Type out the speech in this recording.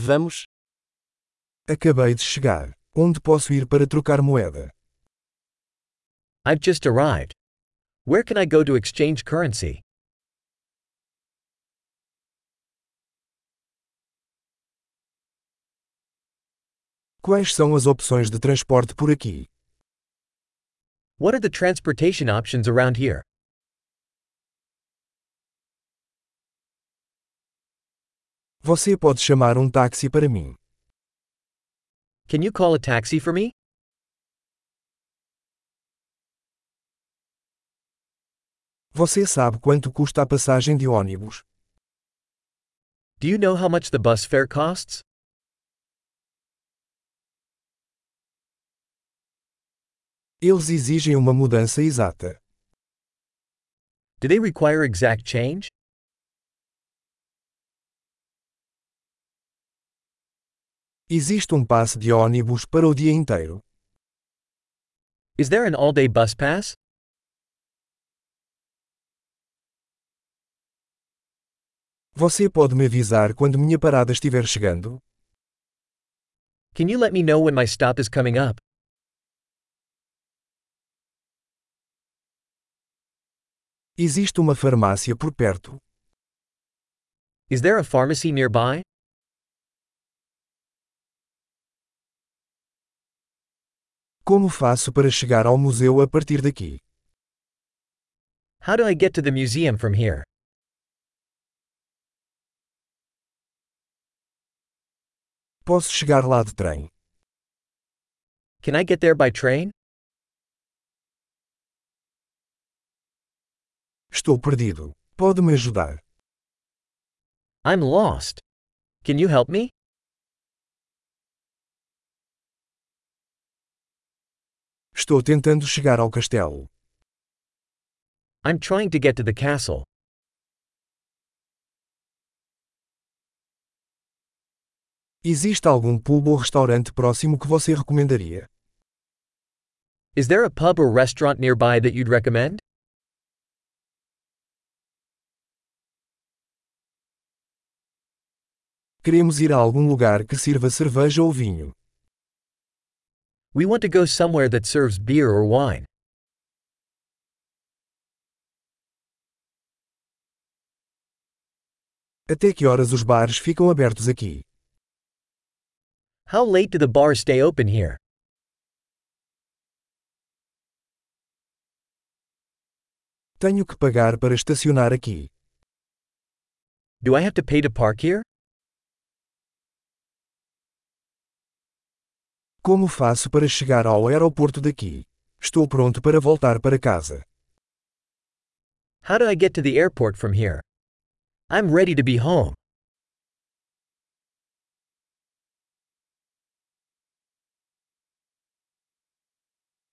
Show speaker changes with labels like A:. A: Vamos.
B: Acabei de chegar. Onde posso ir para trocar moeda?
A: I've just arrived. Where can I go to exchange currency?
B: Quais são as opções de transporte por aqui?
A: What are the transportation options around here?
B: Você pode chamar um táxi para mim.
A: Can you call a taxi for me?
B: Você sabe quanto custa a passagem de ônibus?
A: Do you know how much the bus fare costs?
B: Eles exigem uma mudança exata.
A: Do they require exact change?
B: Existe um passe de ônibus para o dia inteiro.
A: Is there an all day bus pass?
B: Você pode me avisar quando minha parada estiver chegando?
A: Can you let me know when my stop is coming up?
B: Existe uma farmácia por perto.
A: Is there a pharmacy nearby?
B: Como faço para chegar ao museu a partir daqui?
A: How do I get to the museum from here?
B: Posso chegar lá de trem.
A: Can I get there by train?
B: Estou perdido. Pode me ajudar?
A: I'm lost. Can you help me?
B: Estou tentando chegar ao castelo.
A: I'm trying to get to the castle.
B: Existe algum pub ou restaurante próximo que você recomendaria?
A: Is there a pub or restaurant nearby that you'd recommend?
B: Queremos ir a algum lugar que sirva cerveja ou vinho.
A: We want to go somewhere that serves beer or wine.
B: Até que horas os bares ficam abertos aqui?
A: How late do the bars stay open here?
B: Tenho que pagar para estacionar aqui.
A: Do I have to pay to park here?
B: Como faço para chegar ao aeroporto daqui? Estou pronto para voltar para casa.
A: How do I get to the airport from here? I'm ready to be home.